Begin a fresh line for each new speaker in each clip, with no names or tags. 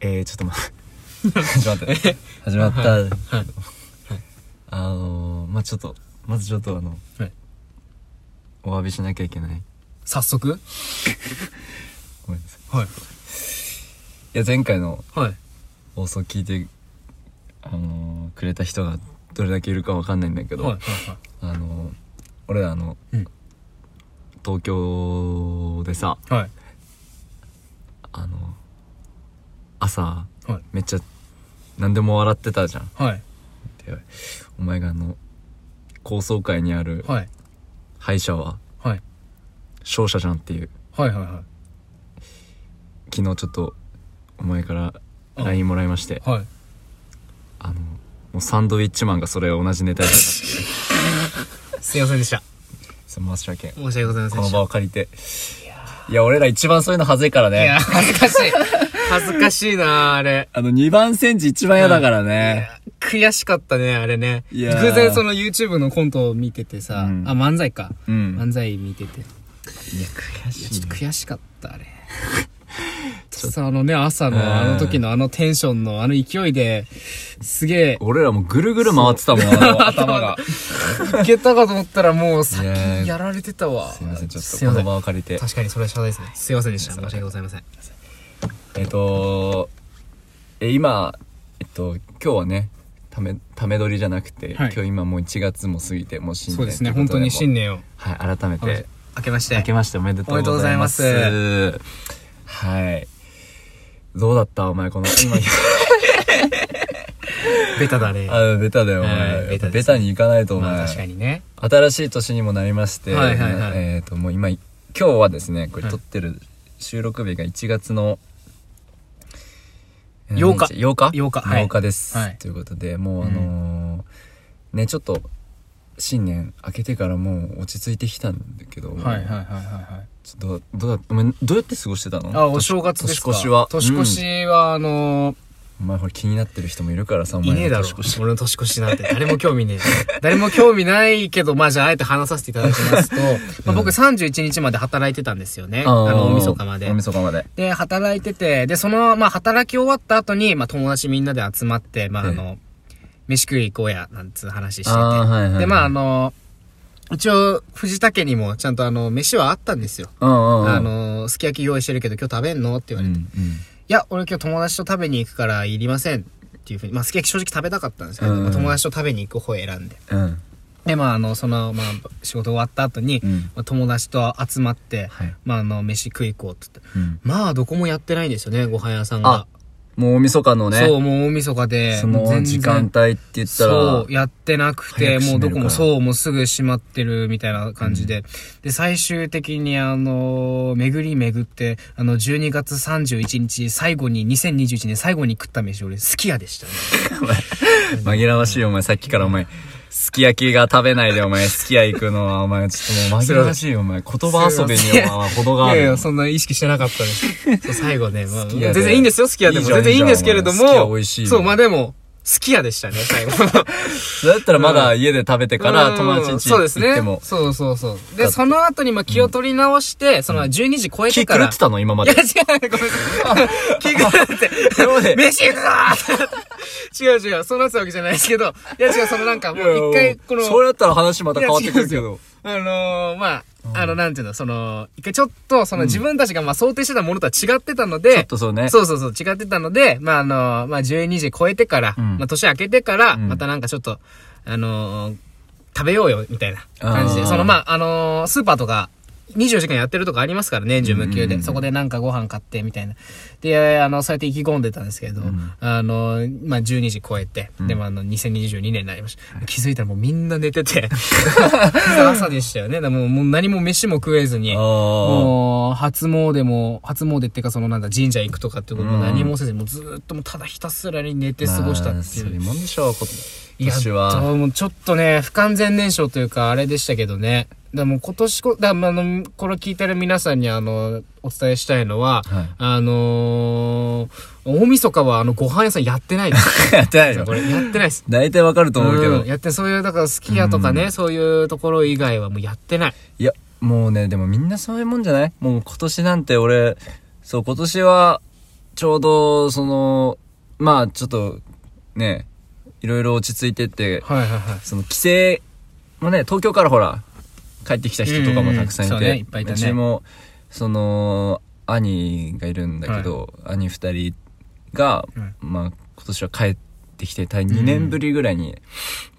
えー、ちょっと待って。
始まった始まった、
はいはい
あのー、まあちょっと、まずちょっとあの、
はい
お詫びしなきゃいけない。
早速
ごめんなさい。
はい
いや、前回の
はい
放送聞いて、あのー、くれた人がどれだけいるかわかんないんだけど、
はいはい
あのー、俺らあの、
うん
東京でさ、
はいはい
あのー、朝、
はい
めっちゃ、何でも笑ってたじゃん。
はい
でお前があの、高層階にある
はい
歯医者は、
はい
勝者じゃんっていう。
はいは
昨日ちょっとお前から
うん
LINE もらいまして
いはい
あのもうサンドウィッチマンがそれ同じネタやったす
すいませんでした
いません申し訳ん
申し訳ございま
こ
せんで
の
し
場
た
を借りていや俺ら一番そういうの恥ずいから
いや
ね
恥ずかしい恥ずかしいなあれ
あの2番センチ一番嫌だから
い
ね、
や悔しかったねあれね
いやー
偶然その YouTube のコントを見ててさ、
うん
あ漫才か、
うん
漫才見てていや
悔しい
ちょっと悔しかったあれ ちょっとあのね朝のあの時のあのテンションのあの勢いですげえ
俺らもうぐるぐる回ってたもんあの 頭が
いけたかと思ったらもう先
ねえ
やられてたわ。
すいませんちょっと
すい
こ
ませ
の
ん
場を借りて
確かにそれは謝罪ですね。すいませんでした。申し訳ございません。
えっとえ今えっと今日はねためため撮りじゃなくて、
はい
今日今もう1月も過ぎてもう新年
そうですね。
とい
本
こと
当に新年を。
はい改めて
明けまし
明
て
け。ましておめでとうございます。
おめでとうご
はい。どうだったお前、 この、今、
ベタだね。
あの、ベタだよ、お
は
前。
いベタですね
ベタに行かないと、お前、
まあ確かにね。
新しい年にもなりまして、
はいはいはい
えっ、と、もう今、今日はですね、これ
はい
撮ってる収録日が1月の、えー
8日
何8日
8日はい
です、
はい
ということで、もうあのーね、ちょっと、新年明けてからもう落ち着いてきたんだけど、
いは
ちょっとどうだお前どうやって過ごしてたの
あ、お正月ですか
年越しは
年越
うん
しは、あの
お前ほら気になってる人もいるからさお
ー、
前
いねえだろ
年越し。
俺の年越しなんて誰も興味ねえ。誰も興味ないけど、まあじゃああえて話させていただき ますと、まあ僕31日まで働いてたんですよね。あの、大晦日まで
お。みそかまで
で、働いてて、で、その、まあ、働き終わった後に、まあ、友達みんなで集まって、まあ、あの、飯食い行こうや、なんつう話してて。
あーはいはいはい
で、まあ、あの、一応、藤田家にも、ちゃんとあの、飯はあったんですよ。
うんうんうん
あの、すき焼き用意してるけど、今日食べんのって言
う
わ
ん
れて、
う
い
ん
や、俺今日友達と食べに行くから、いりません。っていうふうに、まあ、すき焼き正直食べたかったんですけど、
うん
まあ友達と食べに行く方を選んで。
うん
で、まあ、あの、その、まあ、仕事終わった後に、
うん
まあ、友達と集まって、
はい
まあ、あの、飯食い行こうって言っ
う
て。
ん
まあ、どこもやってないんですよね、ご飯屋さんが。
もう大晦日のね
そう、もう大晦日で、
その時間帯って言ったら
そう、やってなくて、
早く閉める
もうどこ
から
も、そう、もうすぐ閉まってるみたいな感じで。で、最終的に、あの、巡り巡って、あの、12月31日、最後に、2021年最後に食った飯、俺、すき家でしたね。
紛らわしいよお前さっきからお前すき焼きが食べないでお前すき家行くのはお前ちょっともう紛らわしいよお前言葉遊びにお前は程があ
い
る
やい
よ
や、そんな意識してなかっ たです。そう最後ね、まあ、
き家で
全然いいんですよ、すき家で
いい
も。
じゃん
全然いいんですけれど
いいじゃんお前すき家
も
美味しい、よ
そう、まあでも、すき家でしたね、最後。
だったらまだ家で食べてから友達ん家
そうです
行
ね
っても
そうそうそう。で、その後にまあ気を取り直して、その12時超えて
気
か
狂
ら。
ってたの今ま
いや、
で
違う、ごめんなさい。気狂って。
今まで
飯行くぞー違う違う、そうなってたわけじゃないですけど。いや違う、そのなんかもう一回、この、
それだったら話また変わってくるけ
いや
ど
あのー、まあ、あの、なんていうの、その、一回ちょっと、その自分たちがまあ想定してたものとは違ってたので、
ちょっとそうね
そうそうそう、違ってたので、まああのー、まあ12時超えてから、
うん
まあ年明けてから、
うん
またなんかちょっと、あのー、食べようよ、みたいな感じ
あ
で、
ー
そのまあ、あのー、スーパーとか、24時間やってるとこありますからね、中無休
うんうんう
で。
ん
そこでなんかご飯買って、みたいな。で、あの、そうやって意気込んでたんですけど、
ん
あのー、まあ、12時超えて、
うん
でもあの、2022年になりました。気づいたらもうみんな寝てて、 朝でしたよね。でももう何も飯も食えずに、
ああ
もう、初詣も、初詣っていうか、そのなんだ、神社行くとかってことも
うん
何もせずに、もうずーっともうただひたすらに寝て過ごした
まあ
ってい。
そうういうもんでしょう今
いや、
年は
もうちょっとね、不完全燃焼というか、あれでしたけどね。でもう今年こ、だまああの、これ聞いてる皆さんにあの、お伝えしたいのは、
はい
あのー、大晦日はあの、ご飯屋さんやってないです。
やって ないよ
これ、やってないです。
大体わかると思うけど
んやって、そういう、だから、すき家とかね、そういうところ以外はもうやってない。
いやもうねでもみんなそういうもんじゃないもう今年なんて俺そう今年はちょうど、その、まあ、ちょっと、ね、いろいろ落ち着いてって、
はいはいはい。
その帰省もね、東京からほら、帰ってきた人とかもたくさんいて、
うんうんそうねいっぱいいたね
うちも、その、兄がいるんだけど、兄二人が、
うん
まあ、今年は帰ってきて、たい2年ぶりぐらいに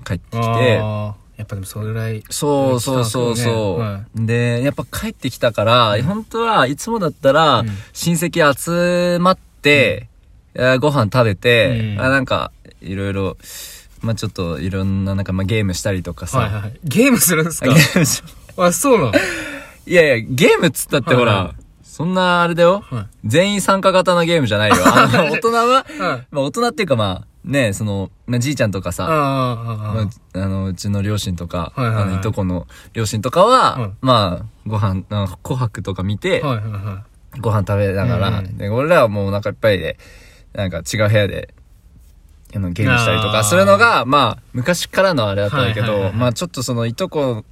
帰ってきて、
あーやっぱでもそれぐらい。
そうそうそうそう、で、やっぱ帰ってきたから、本当はいつもだったら、
うん
親戚集まって、えーご飯食べて、
うん
あなんか、いろいろ、まあちょっといろんな、なんか、まあゲームしたりとかさ、
はいはいはい。ゲームするんです
あ
か
ゲームし
あ、そうなの
いやいや、ゲームっつったってほら、
はいは
そんなあれだよ、
は
全員参加型のゲームじゃないよ。あ の、大人は、
い。はい。
まあ大人っていうかまあ、ね、その、まあ、じいちゃんとかさ、
あ
ま
ーあー、あー
ああの、うちの両親とか、
はいはいはい
あの、いとこの両親とかは、
うん
まあ、ご飯、あの紅白とか見て、
はいはいは
ご飯食べながら、
うん
で、俺らはもうお腹いっぱいで、なんか違う部屋で、あの、ゲームしたりと
あー
かするのが、まあ、昔からのあれだったんだけど、
はいはいはいはい
まあ、ちょっとその、いとこ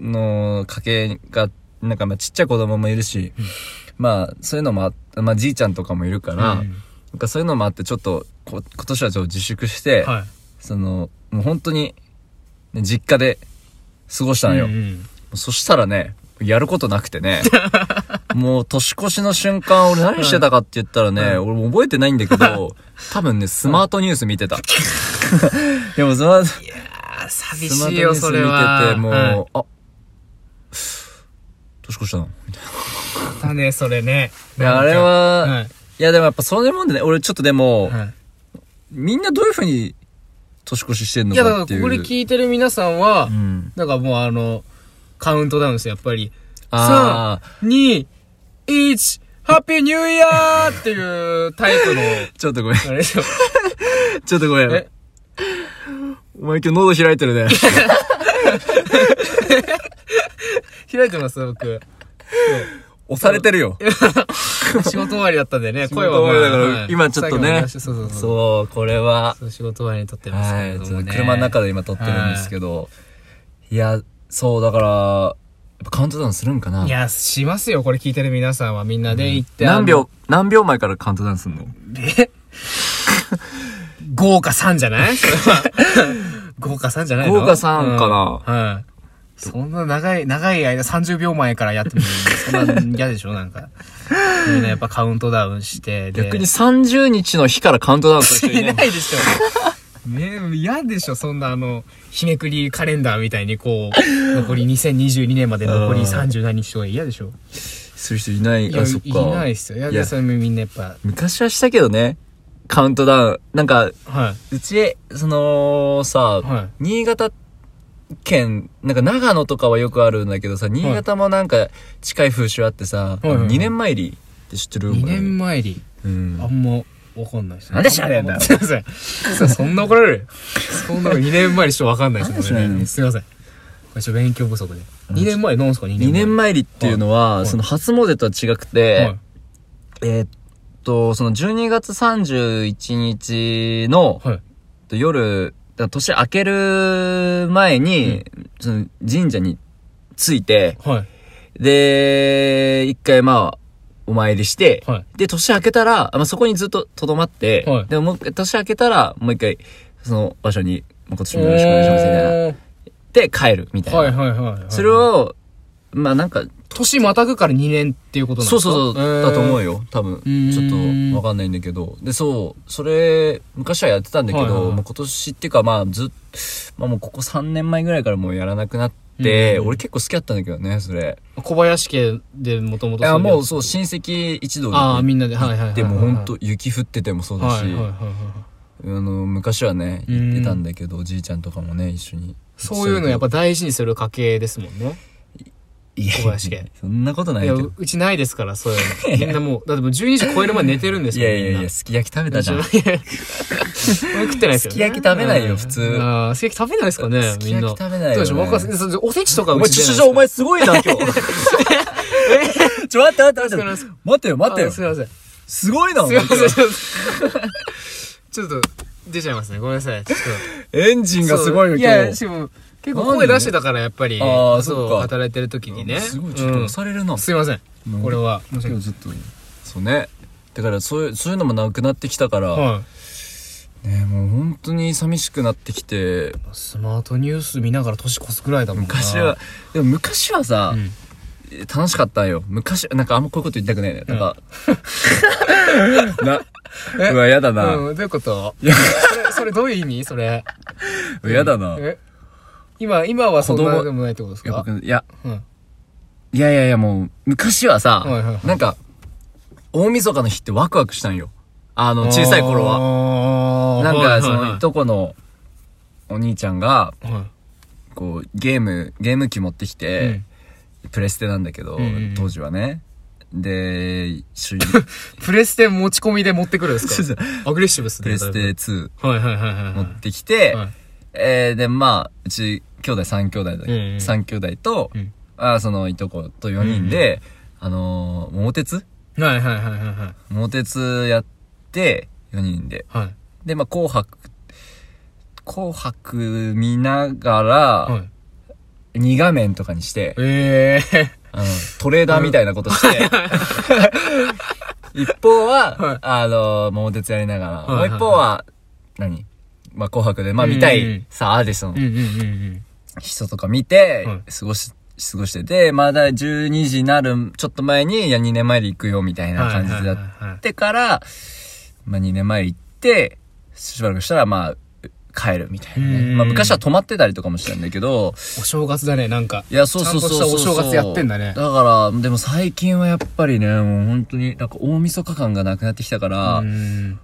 の家系が、なんかまあ、ちっちゃい子供もいるし、まあ、そういうのもあ、まあ、じいちゃんとかもいるか
い。
ら、
うん
なんかそういうのもあって、ちょっと、こ今年はちょっと自粛して、
はい。
その、もう本当に、ね実家で過ごしたのよ。
うんうん
そしたらね、やることなくて ね、もう年越しの瞬間、俺何してたかって言ったらね、
うん
俺も覚えてないんだけ ど、多分ね、スマートニュース見てた。 でもスマー ト、ス
あー、
マー
寂
ト
しい
ニュー
よ、
ス
そ
見
れ
て
は。
て、もう、
はい
あ、年越したの。
だね、それね。
いや、あれは、、
はいい。
やでもやっぱそういうもんでね、俺ちょっとでも、
はい。
みんなどういう風に年越ししてんの
いや、だか
からっ
こ
ていう。
こで聞いてる皆さんは
う、ん。
なんかもうあの、カウントダウンですよ、やっぱり。
あー
3、2、1、ハッピーニューイヤーっていうタイ プの、
ちょっとごめん。
あれでしょ。
ちょっとごめん。
え
お前今日喉開いてる ね。
開いてます、僕。
押されてるよ。
仕事終わりだったんでね、声は、
仕事終わりだ
まあ
から
はい
今ちょっとね
最後の話そうそうそう。
そう、これは。
そう仕事終わりに撮ってますけ
は
れ
い、
ど
ちょ
も
っと
ね。
車の中で今撮ってるんですけど。いや、そう、だから、やっぱカウントダウンするんかない
や、しますよ、これ聞いてる皆さんはみんなで行って。
何秒、何秒前からカウントダウンするの
え豪華3じゃない それは豪華3じゃないの
豪華3かな
うんはい。そんな長い、長い間30秒前からやってもそんな嫌でしょなんか。みんなやっぱカウントダウンして。で
逆に30日の日からカウントダウンする人
い
いな
ないいでしょ。ね嫌でしょそんなあの、日めくりカレンダーみたいにこう、残り2022年まで残り30何日とか嫌でしょ
する人いない。
い
あ、
や、
そっか。
いないっすよ。いや、
いや
でそれみんなやっぱ、
昔はしたけどね。カウントダウン。なんか、
は
うち、その、さ、
い。はい。
新潟県、なんか長野とかはよくあるんだけどさ、新潟もなんか近い風習あってさ、
いはいはい
2年参りって知ってる
2年前に。
うん
あんま、わかんないですね。
なんで知らねえんだよ
すいません。そそんな怒られるそんな2年前にしょわかんないです
なんで知らねえ
ね。
の
すいません。これちょっと勉強不足で。2年前なんすか ?2
2
年前。
年参りっていうのは、
い
その初詣とは違くて、
はい。
えーっと、その12月31日の、
はい。
夜、だから年明ける前に、その神社に着いて、
はい。
で、一回まあ、お参りして、
はい。
で、年明けたら、あまあ、そこにずっと留まって、
はい
でももう、年明けたら、もう一回、その場所に、まあ、今年もよろしくお願いしますみたいな。で、帰るみたいな。
はいはいはい。
それ、を、まあなんか、
年またぐから2年っていうことなん
そ
で
う
すか
そうそう、だと思う
よ。
よ。多分、
ーん
ちょっとわかんないんだけど。で、そう、それ、昔はやってたんだけど、
はいはいはい
もう今年っていうか、まあずっまあもうここ3年前ぐらいからもうやらなくなって、
うん
俺結構好きだったんだけどね、それ。
小林家でもとも
い
と
や、もうそう、親戚一同で
ああ、
行
みんなで、はいはいはいは
っ
い。
て、もうほんと雪降っててもそうだ
はい
し、
はいはいはい。
あの、昔はね、行ってたんだけど、おじいちゃんとかもね、一緒に。
そういうのやっぱ大事にする家系ですもんね。
いや、
小林家
そんなことない
い
け
や、
ど
う。うちないですから、そういう の。みんなもう、だってもう12時超えるまで寝てるんです
い
よ。
やいや
みん
い
な
や、すき焼き食べたじゃん。
いやいや俺食ってないですよ、
すき焼き食べないよ普通
ああ、すき焼き食べないですかね
すき焼き食べないよね
みんどうでしょう若さんおせちと か
お
う
前、
ち
ち
出
ょ、ちょ、ち
ないですか
ょ、お前すごい な、今日。ちょ、待って、待って、待
少な
っ
い
て
少。
待てよ、待て
あ
よ
す。いません。
すごいな、お
すい
前
ません、ちょっと。 ちょっと、出ちゃいますね。ごめんなさい。ちょっ
エンジ
と。
ンがすごいよ、
い
今
や、し
日。
かも結構声出してたから、やっぱり。
ああ
う
そっか
働いてる時にね。
すごい、ちょっと
うん
押されるな。
すいません。これは、申し訳な
今
い
日ちょっと。そうね。だからそういうそういうのもなくなってきたから、
は
ねもう本当に寂しくなってきて
い。スマートニュース見ながら年越すくらいだもんな。
昔は、でも昔はさ、
うん
楽しかったんよ昔なんかあんまこういうこと言いたくないねなんか、 なうわやだな、
うん、どういうこといや、それ、それどういう意味それ。
うわやだな、い
え今、今はそん
子
な
供
でもないってことです
や
か
僕いや
うん。
いやいやいやもう昔はさ、
はいはいはい
なんか大晦日の日ってワクワクしたんよあの小さい頃は
は
なん
はいはいは
か
い
そのいとこのお兄ちゃんが
は
こうゲームゲーム機持ってき
い。
て、プレステなんだけど、
うんうんうん
当時はねで主
プレステ持 ち込みで持ってくるんですかアグレッシブですね。
プレス
だい
テ2
ぶ。はいはいはいはいはい。
持ってきて、
はい
えーでまあうち兄弟3兄弟だ、
うんうん
三兄弟と、
うん
あーそのいとこと4人で、あのー、桃鉄
はいはいはいはいはい。
桃鉄やって4人で
はい。
でまあ紅白紅白見ながら、
はい。
二2画面とかにして、
ええ。
あの、トレーダーみたいなことして、 一方は、
はい
あの、桃鉄やりながら、
はいはいはい
もう一方は、何まあ、紅白で、まあ、見た
うんう
い
ん、
さ、アーティスト
うん
の
うんうん
人とか見て
はい、
過ごし、過ごしてて、まだ12時になるちょっと前に、いや、2年前で行くよ、みたい
うん。
な感じでやってから、まあ、2年前行って、しばらくしたら、まあ、帰るみたいな
うん
ね。まあ、昔は泊まってたりとかもしてたんだけど、
お正月だね、なんか。
いや、そうそうそうそうそう。
ちゃんとしたお正月やってんだね
だから、でも最近はやっぱりね、もう本当に、なんか大晦日感がなくなってきたから、
うん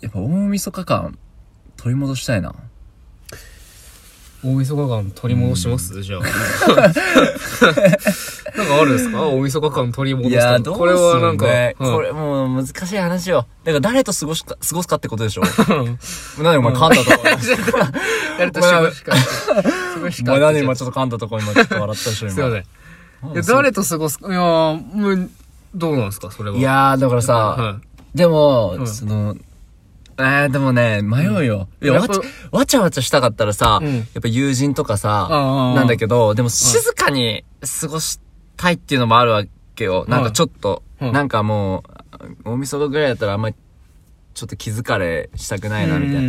やっぱ大晦日感、取り戻したいな。
大晦日感取り戻しますじゃあ。 なんかあるんですか大晦日感取り戻
い
した
や、
の
どうす
これはなんか、
ね、
はい
これもう難しい話よ。だから誰と過ごしか、過ごすかってことで しょ何お前噛んだとこ。
誰と過ごしか。過ごし
お前
か。
何今ちょっと噛んだとこ今ちょっと笑ったでしょ
すいま
今。
せん。 いや誰と過ごすかいやー、もう、どうなんですかそれは。
い、やー、だからさ、
は
でも、
うん
その、えー、でもね、迷うよ。いや、
やっ
わ
ぱ
ちゃ、わちゃわちゃしたかったらさ、
うん
やっぱ友人とかさ、
ああ
なんだけど、でも静かに過ごしたいっていうのもあるわけよ。なんかちょっと、
はい
なんかもう、大晦日ぐらいだったらあんまり、ちょっと気疲れしたくないな、みたいな。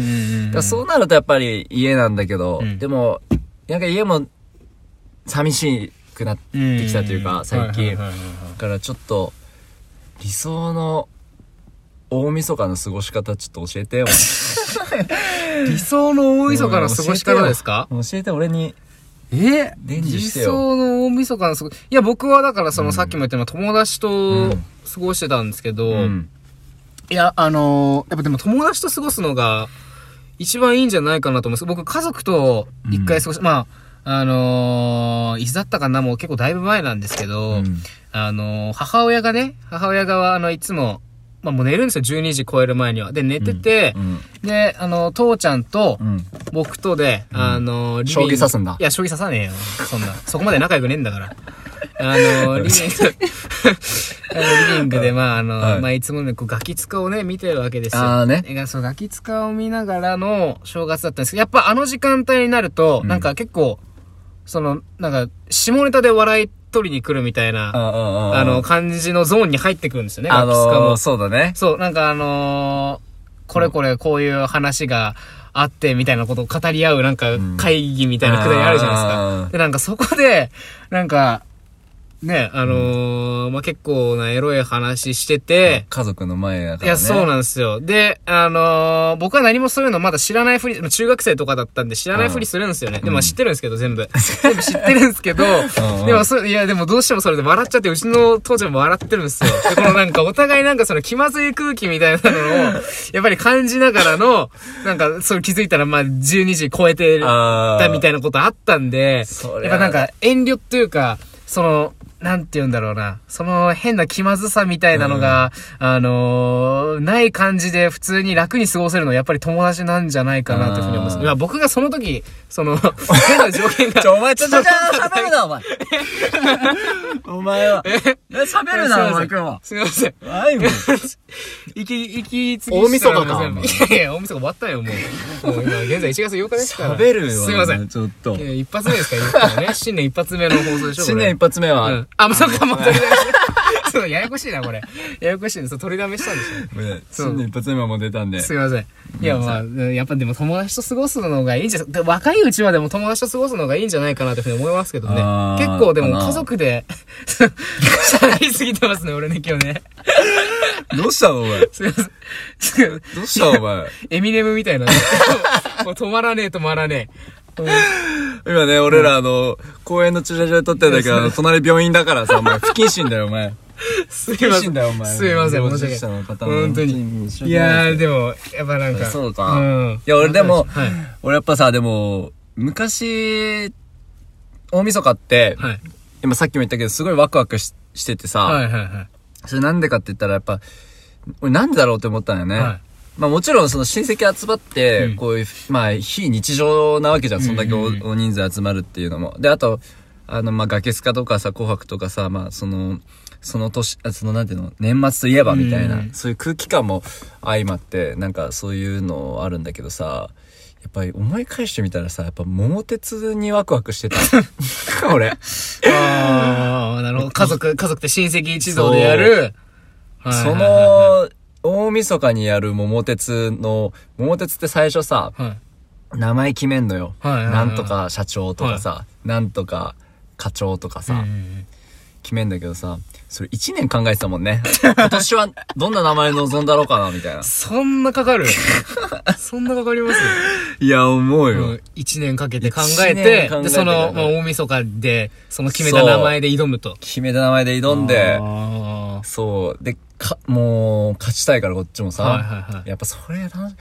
だ
い
からそうなるとやっぱり家なんだけど、
うん
でも、なんか家も寂しくなって
で
きたというか、最近。
はいはいはいはい
だからちょっと理想の大晦日の過ごし方ちょっと教えてよ
理想の大晦日の過ごし方ですか
教えて俺に
え
伝授して
理
よ
想の大晦日の過ごし、いや、僕はだからそのさっきも言ったような友達
う
と
ん
過ごしてたんですけど、
うん
いや、あのーやっぱでも友達と過ごすのが一番いいんじゃないかなと思います。僕家族と一回過ごし、まあ、あのーいつだったかなもう結構だいぶ前なんですけ
う
ど、
ん
あの、母親がね、母親側、あの、いつも、まあ、もう寝るんですよ、12時超える前には。で、寝てて、
うん
で、あの、父ちゃんと
う、ん
僕とで、あの、リビン
将棋
グ
指すんだ
いや、将棋指さねえよ。そんな。 そこまで仲良くねえんだから。あ の、リビング、 あのリビングで、まあ、あの、
はい
まあ、いつもね、こう、ガキ使をね、見てるわけですよ。
あーね
いやそう、ガキ使を見ながらの正月だったんですけど、やっぱあの時間帯になると、
うん
なんか結構、その、なんか、下ネタで笑い取りに来るみたいな、
あああ
あの、感じのゾーンに入ってくるんですよね、
あ
ガキ使
の
も
ー、。そうだね
そう、なんかあのーこれこれこういう話があって、みたいなことを語り合う、なんか
ん
会議みたいなくだりあるじゃないです
あ
か
ー。
で、なんかそこで、なんか、ね、あのーまあ、結構なエロい話してて、
家族の前だからね
いや、そうなんですよ。で、あのー僕は何もそういうのまだ知らないふり、中学生とかだったんで知らないふりするんですよね。でも知ってるんですけど、全部。 全部知ってるんですけど
んう、ん
でもそう、いや、でもどうしてもそれで笑っちゃって、うちの父ちゃんも笑ってるんです よ。で、このなんかお互いなんかその気まずい空気みたいなのを、やっぱり感じながらの、なんか、そう気づいたらまあ12時超えてる
あ
だみた
い
いなことあったんで、
そ
や
り
っ
ゃ
ぱなんか遠慮っていうか、その、なんて言うんだろうな。その変な気まずさみたいなのが、あのーない感じで普通に楽に過ごせるのはやっぱり友達なんじゃないかなというふうに思います。
あー
いや僕がその時、そ の、変な条件が。
ちょ、お前、ち ょ、ちょ、ちょ、喋るな、お前。お前は。いや喋るな、お前、今日は。
すみません。
あいもん。
行き、行き過ぎ
大晦日か
すいませんいやいや、大晦日終わったよ、もう。もう今、現在1月8日ですから。
喋るわ。
すいません。
ちょっと
い。や一発目ですから、言ったらね。新年一発目の放送でしょ、これ
新年一発目は、
あ、まさかまた。 そう、ややこしいな、これ。ややこしいんです。そう取りだめしたんでしょ。
ごめんなさい
そう
新年一発目はもう出たん です
いません。いや、まあ、やっぱでも友達と過ごすのがいいんじゃ、で若いうちはでも友達と過ごすのがいいんじゃないかなっていうふうに思いますけどね
あ。ー
結構でも
かな
家族で、 しゃべりすぎてますね、俺ね、今日ね。
どうしたのお前ど
すいませんすいません。
うしたのお前
エミネムみたいなね。 もう止まらねえ、止まらねえ。うん
今ね、俺らあの、公園の駐車場で撮ってんだけど、あの、隣病院だからさ、お前、不謹慎だよ、お前。
す
不謹慎だよ、お前。
すいません、申し訳
者
ない
の。方も
本当に。いやー、でも、やっぱなんか。
そうか
ん
いや俺でも
はい。
俺やっぱさ、でも、昔、大晦日って、
はい。
今さっきも言ったけど、すごいワクワクししててさ、
はい、はい、はい。
それなんでかって言ったら、やっぱ、俺なんでだろうって思ったんだよね。
はい
まあもちろんその親戚集まって、
うん
こういう、まあ非日常なわけじゃん。そんだけお,、
うんうん
お人数集まるっていうのも。で、あと、あの、まあ崖スカとかさ、紅白とかさ、まあその、その年、あそのなんていうの、年末といえばみたいな、
うん
そういう空気感も相まって、なんかそういうのあるんだけどさ、やっぱり思い返してみたらさ、やっぱ桃鉄にワクワクして た。俺。
ああ、なるほど。家族、家族って親戚一同でやる。はい
そ、の、大晦日にやる桃鉄の、桃鉄って最初さ、
はい
名前決めんのよ。
はいはいはいはい
なんとか社長とかさ、なんとか課長とかさ、決めんだけどさ、それ1年考えてたもんね。今年はどんな名前望んだろうかな、み たいな。
そんな かかるそんなかかります
いや、思う
うん一年かけて考え
一年
て
考え、て
で、その、まあ、大晦日で、その決めた名前で挑むと。
決めた名前で挑んで、
あ
そう。で、か、もう、勝ちたいからこっちも
ー
さ、
はいはいはい。
やっぱそれ楽し、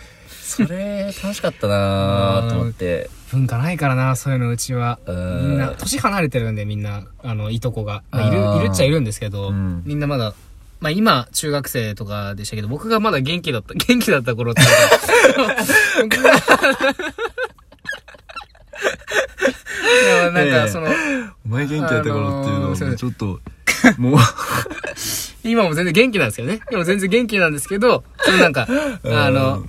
それ楽しかったなーと思って。
文化ないからな、そういうのうちは。み
うん
んな、年離れてるんで、みんな、あの、いとこが。まあいる
あー、
いるっちゃいるんですけど、
うん
みんなまだ、まあ今、中学生とかでしたけど、僕がまだ元気だった、 元気だった頃っていうか。 僕がでもなん
え
か、
え
その、
お前元気だった頃っていうの
あのーすいませ
は、
ん
ちょっ と、もう、
今も全然元気なんですけどね。今も全然元気なんですけど、そのな んか、あの、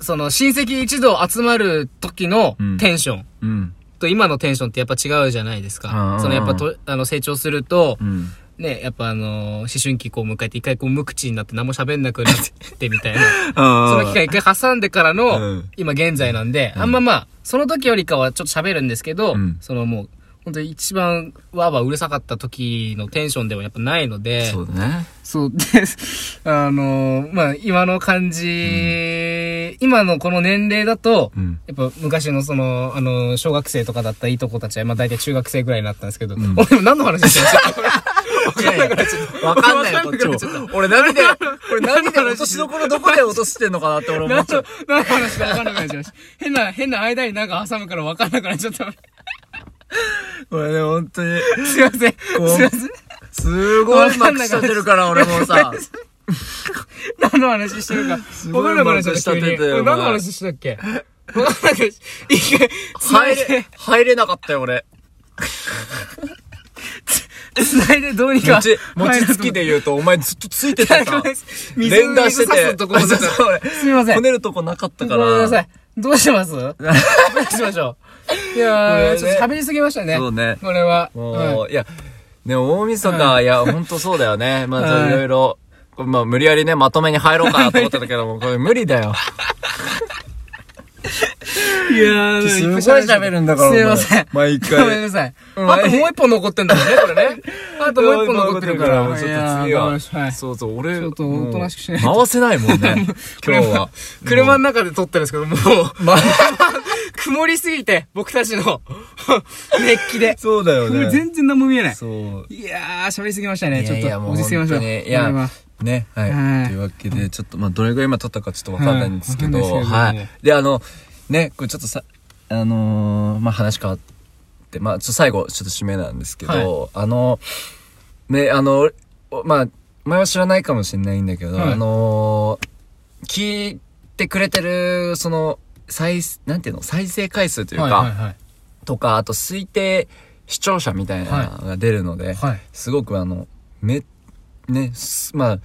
その親戚一同集まる時の
うん
テンション。
うん、
と今のテンションってやっぱ違うじゃないです
うんうんう
か。
ん
そのやっぱと、あの成長すると
う、ん。
ね、やっぱあのー思春期こう迎えて一回こう無口になって何も喋んなくなってみ たいな。その期間一回挟んでから
う
の
ん、
今現在なんで、あんままあ、その時よりかはちょっと喋るんですけど
うん、
そのもう、本当に一番わーわーうるさかった時のテンションではやっぱないので、
そうだね。
そうです。あのーまあ、今の感じ、今のこの年齢だと、
うん。
やっぱ昔のその、あの、小学生とかだったいとこたちは、まあ大体中学生ぐらいになったんですけど、
ん
俺も何の話してるん
いやいやわかんないよ、こっちも。俺何で、 俺何で落としどころどこで落としてんのか なって俺思っちゃう。
何の話か分かんなくなっちゃいました。変な、変な間になんか挟むから分かんなくなっちゃった。
俺ね、本当に。
すいません。すい
こう
ません。
すごいまくしたてるから、俺もさ。
何の話してるか。
ごい
分かんなくなっちゃ
マー
った。
クした
急
て
に
たよ
俺
お前
何の話したっけ分かんなくなっちゃった。一
入
回、繋いで
れ、、入れなかったよ、俺。
繋いでどうにか。
餅、餅つきで言うと、お前ずっとついて
入
て
ら
さ
なくなっちゃった。。水
連打して
水差す
て。
ところだった
そうそう
すいません
こ。ねるとこなかった
ご
か
め
ら。
んなさい。どうしますどうしましょうい
こ
やー、
れね
ちょっと喋りすぎましたね。
そうね
これは。
もう、、
はい
や、ね、大晦日、い、や、ほんとそうだよ ね。まあ、
はい
いろいろ、これまあ、無理やりね、まとめに入ろうかなと思ってた けども、これ無理だよ。
いやー、
すごい喋るんだから、
すいません。
お前毎
ごめん
回。
なさい。
うん
あともう一本残ってんだよね、これね。あともう一本残ってるから。
もうちょっと次
いやーわかりましたは
は。
い
そうそう、俺、
ちょっとおとなしくしないと
もう回せないもん ね。今日は。
車の中で撮ってるんですけど、もう、 曇りすぎて、僕たちの 熱気で。
そうだよ
もう全然何も見えない。
そう。
いやー、喋りすぎました
いや
ね。
い
ちょ
や
っと、落ち着きましょ
もう
う。
本当にい
これは
や、ね、はい。
はい
というわけで、ちょっと、まあ、どれぐらい今撮ったかちょっとわかんないんですけど、
はいわかんな
はい
ですけど
い。で、あの、ね、これちょっとさ、あのー、まあ、話変わって、まあ、ちょっと最後、ちょっと締めなんですけど、あの、ね、あの、おまあ、お前は知らないかもしれないんだけど、
はい
あのー、聞いてくれてる、その、再、なんていうの、再生回数というか、
はいはい
とか、あと推定視聴者みたいなのが出るので、
はい。はい。
すごくあの、め、ね、すまあ、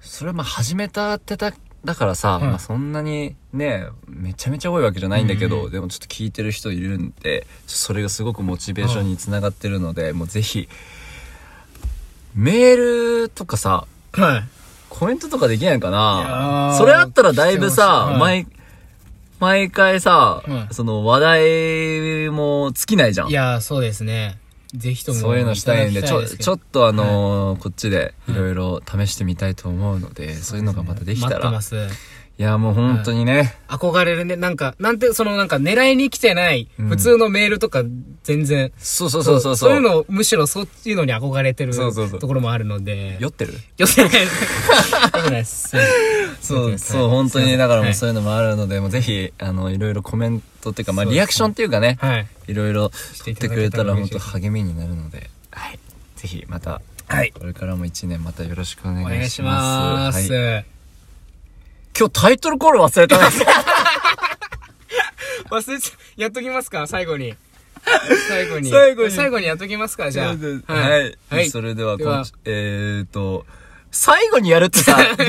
それはまあ始めたってた、だからさ、
はい
まあそんなにね、めちゃめちゃ多いわけじゃないんだけど、
うんうん
でもちょっと聞いてる人いるんで、ちょっとそれがすごくモチベーションにつながってるので、もうぜひ、メールとかさ、
はい。
コメントとかできないか
いやー
なそれあったらだいぶさ、
来てほしいはい
毎、毎回さ、
はい
その話題も尽きないじゃん
い。やー、そうですね。ぜひとも。
そういうのしたいんで、ちょ、
ただきたいすけど
ちょっとあのーこっちでいろいろ試してみたいと思うので、そういうのがまたできた
待って
ら、
ます。
いや、もう本当にね、
憧れるね。なんか、なんて、そのなんか狙いに来てない、
うん
普通のメールとか、全然。
そうそうそうそう。
いうのを、むしろそういうのに憧れてる
そうそうそう
ところもあるので。
酔ってる
よせないです。よせないです。
そう、そう、本当に、だからもうそういうのもあるので、もうぜひ、あの、いろいろコメントっていうか、まあ、
そうですね
リアクションっていうかね、
はい。
いろいろ
し
取
てい
って
ただ
く
け
れ
た
た
ら
ら
嬉
本
しい
当励みになるので、はい。ぜひ、また、
はい。
これからも一年またよろしくお願
お願い
い
し
し
ま
ます。
す。
はい今日タイトルコール忘れ たんです
忘れちゃ、やっときますか最後に。最後に。
最後に
最後にやっときますかじゃあ。
はい。
は
それでは、
では
こんえーっと、最後にやるって さ、どうやって、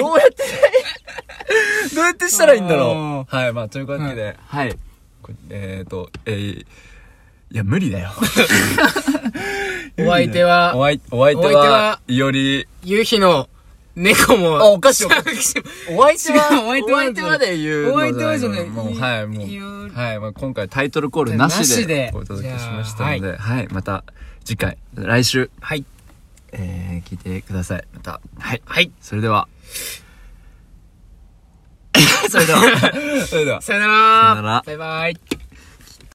どうやってしたらいいんだろ
あ
う。はい、まあ、というわけで、はい。こえーっと、えー、いや、無理だよ。
お相手
お
は、
相お相手
お相手は
は、より、
ゆうひの猫も。
あお菓子お菓お相手
違
は、
うお相手
お
は
相手はで言うの。
お相手はじゃない
もう、はい、も
言
う、
う
はい、まあ、今回タイトルコールな
な
し
し
で、
で
お届けしましたので、はい、また、次回、来週、
はい。
えー、聞いてください。また、はい。
はい。
それで は。それでは。それでは。
さよなら。
さよなら
バイバイ。